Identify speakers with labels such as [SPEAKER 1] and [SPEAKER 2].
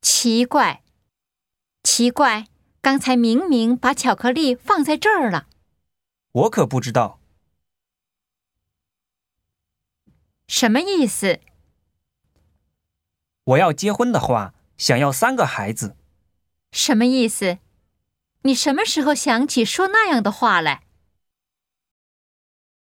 [SPEAKER 1] 奇怪，奇怪，刚才明明把巧克力放在这儿了。
[SPEAKER 2] 我可不知道。
[SPEAKER 1] 什么意思？
[SPEAKER 2] 我要结婚的话，想要三个孩子。
[SPEAKER 1] 什么意思？你什么时候想起说那样的话来？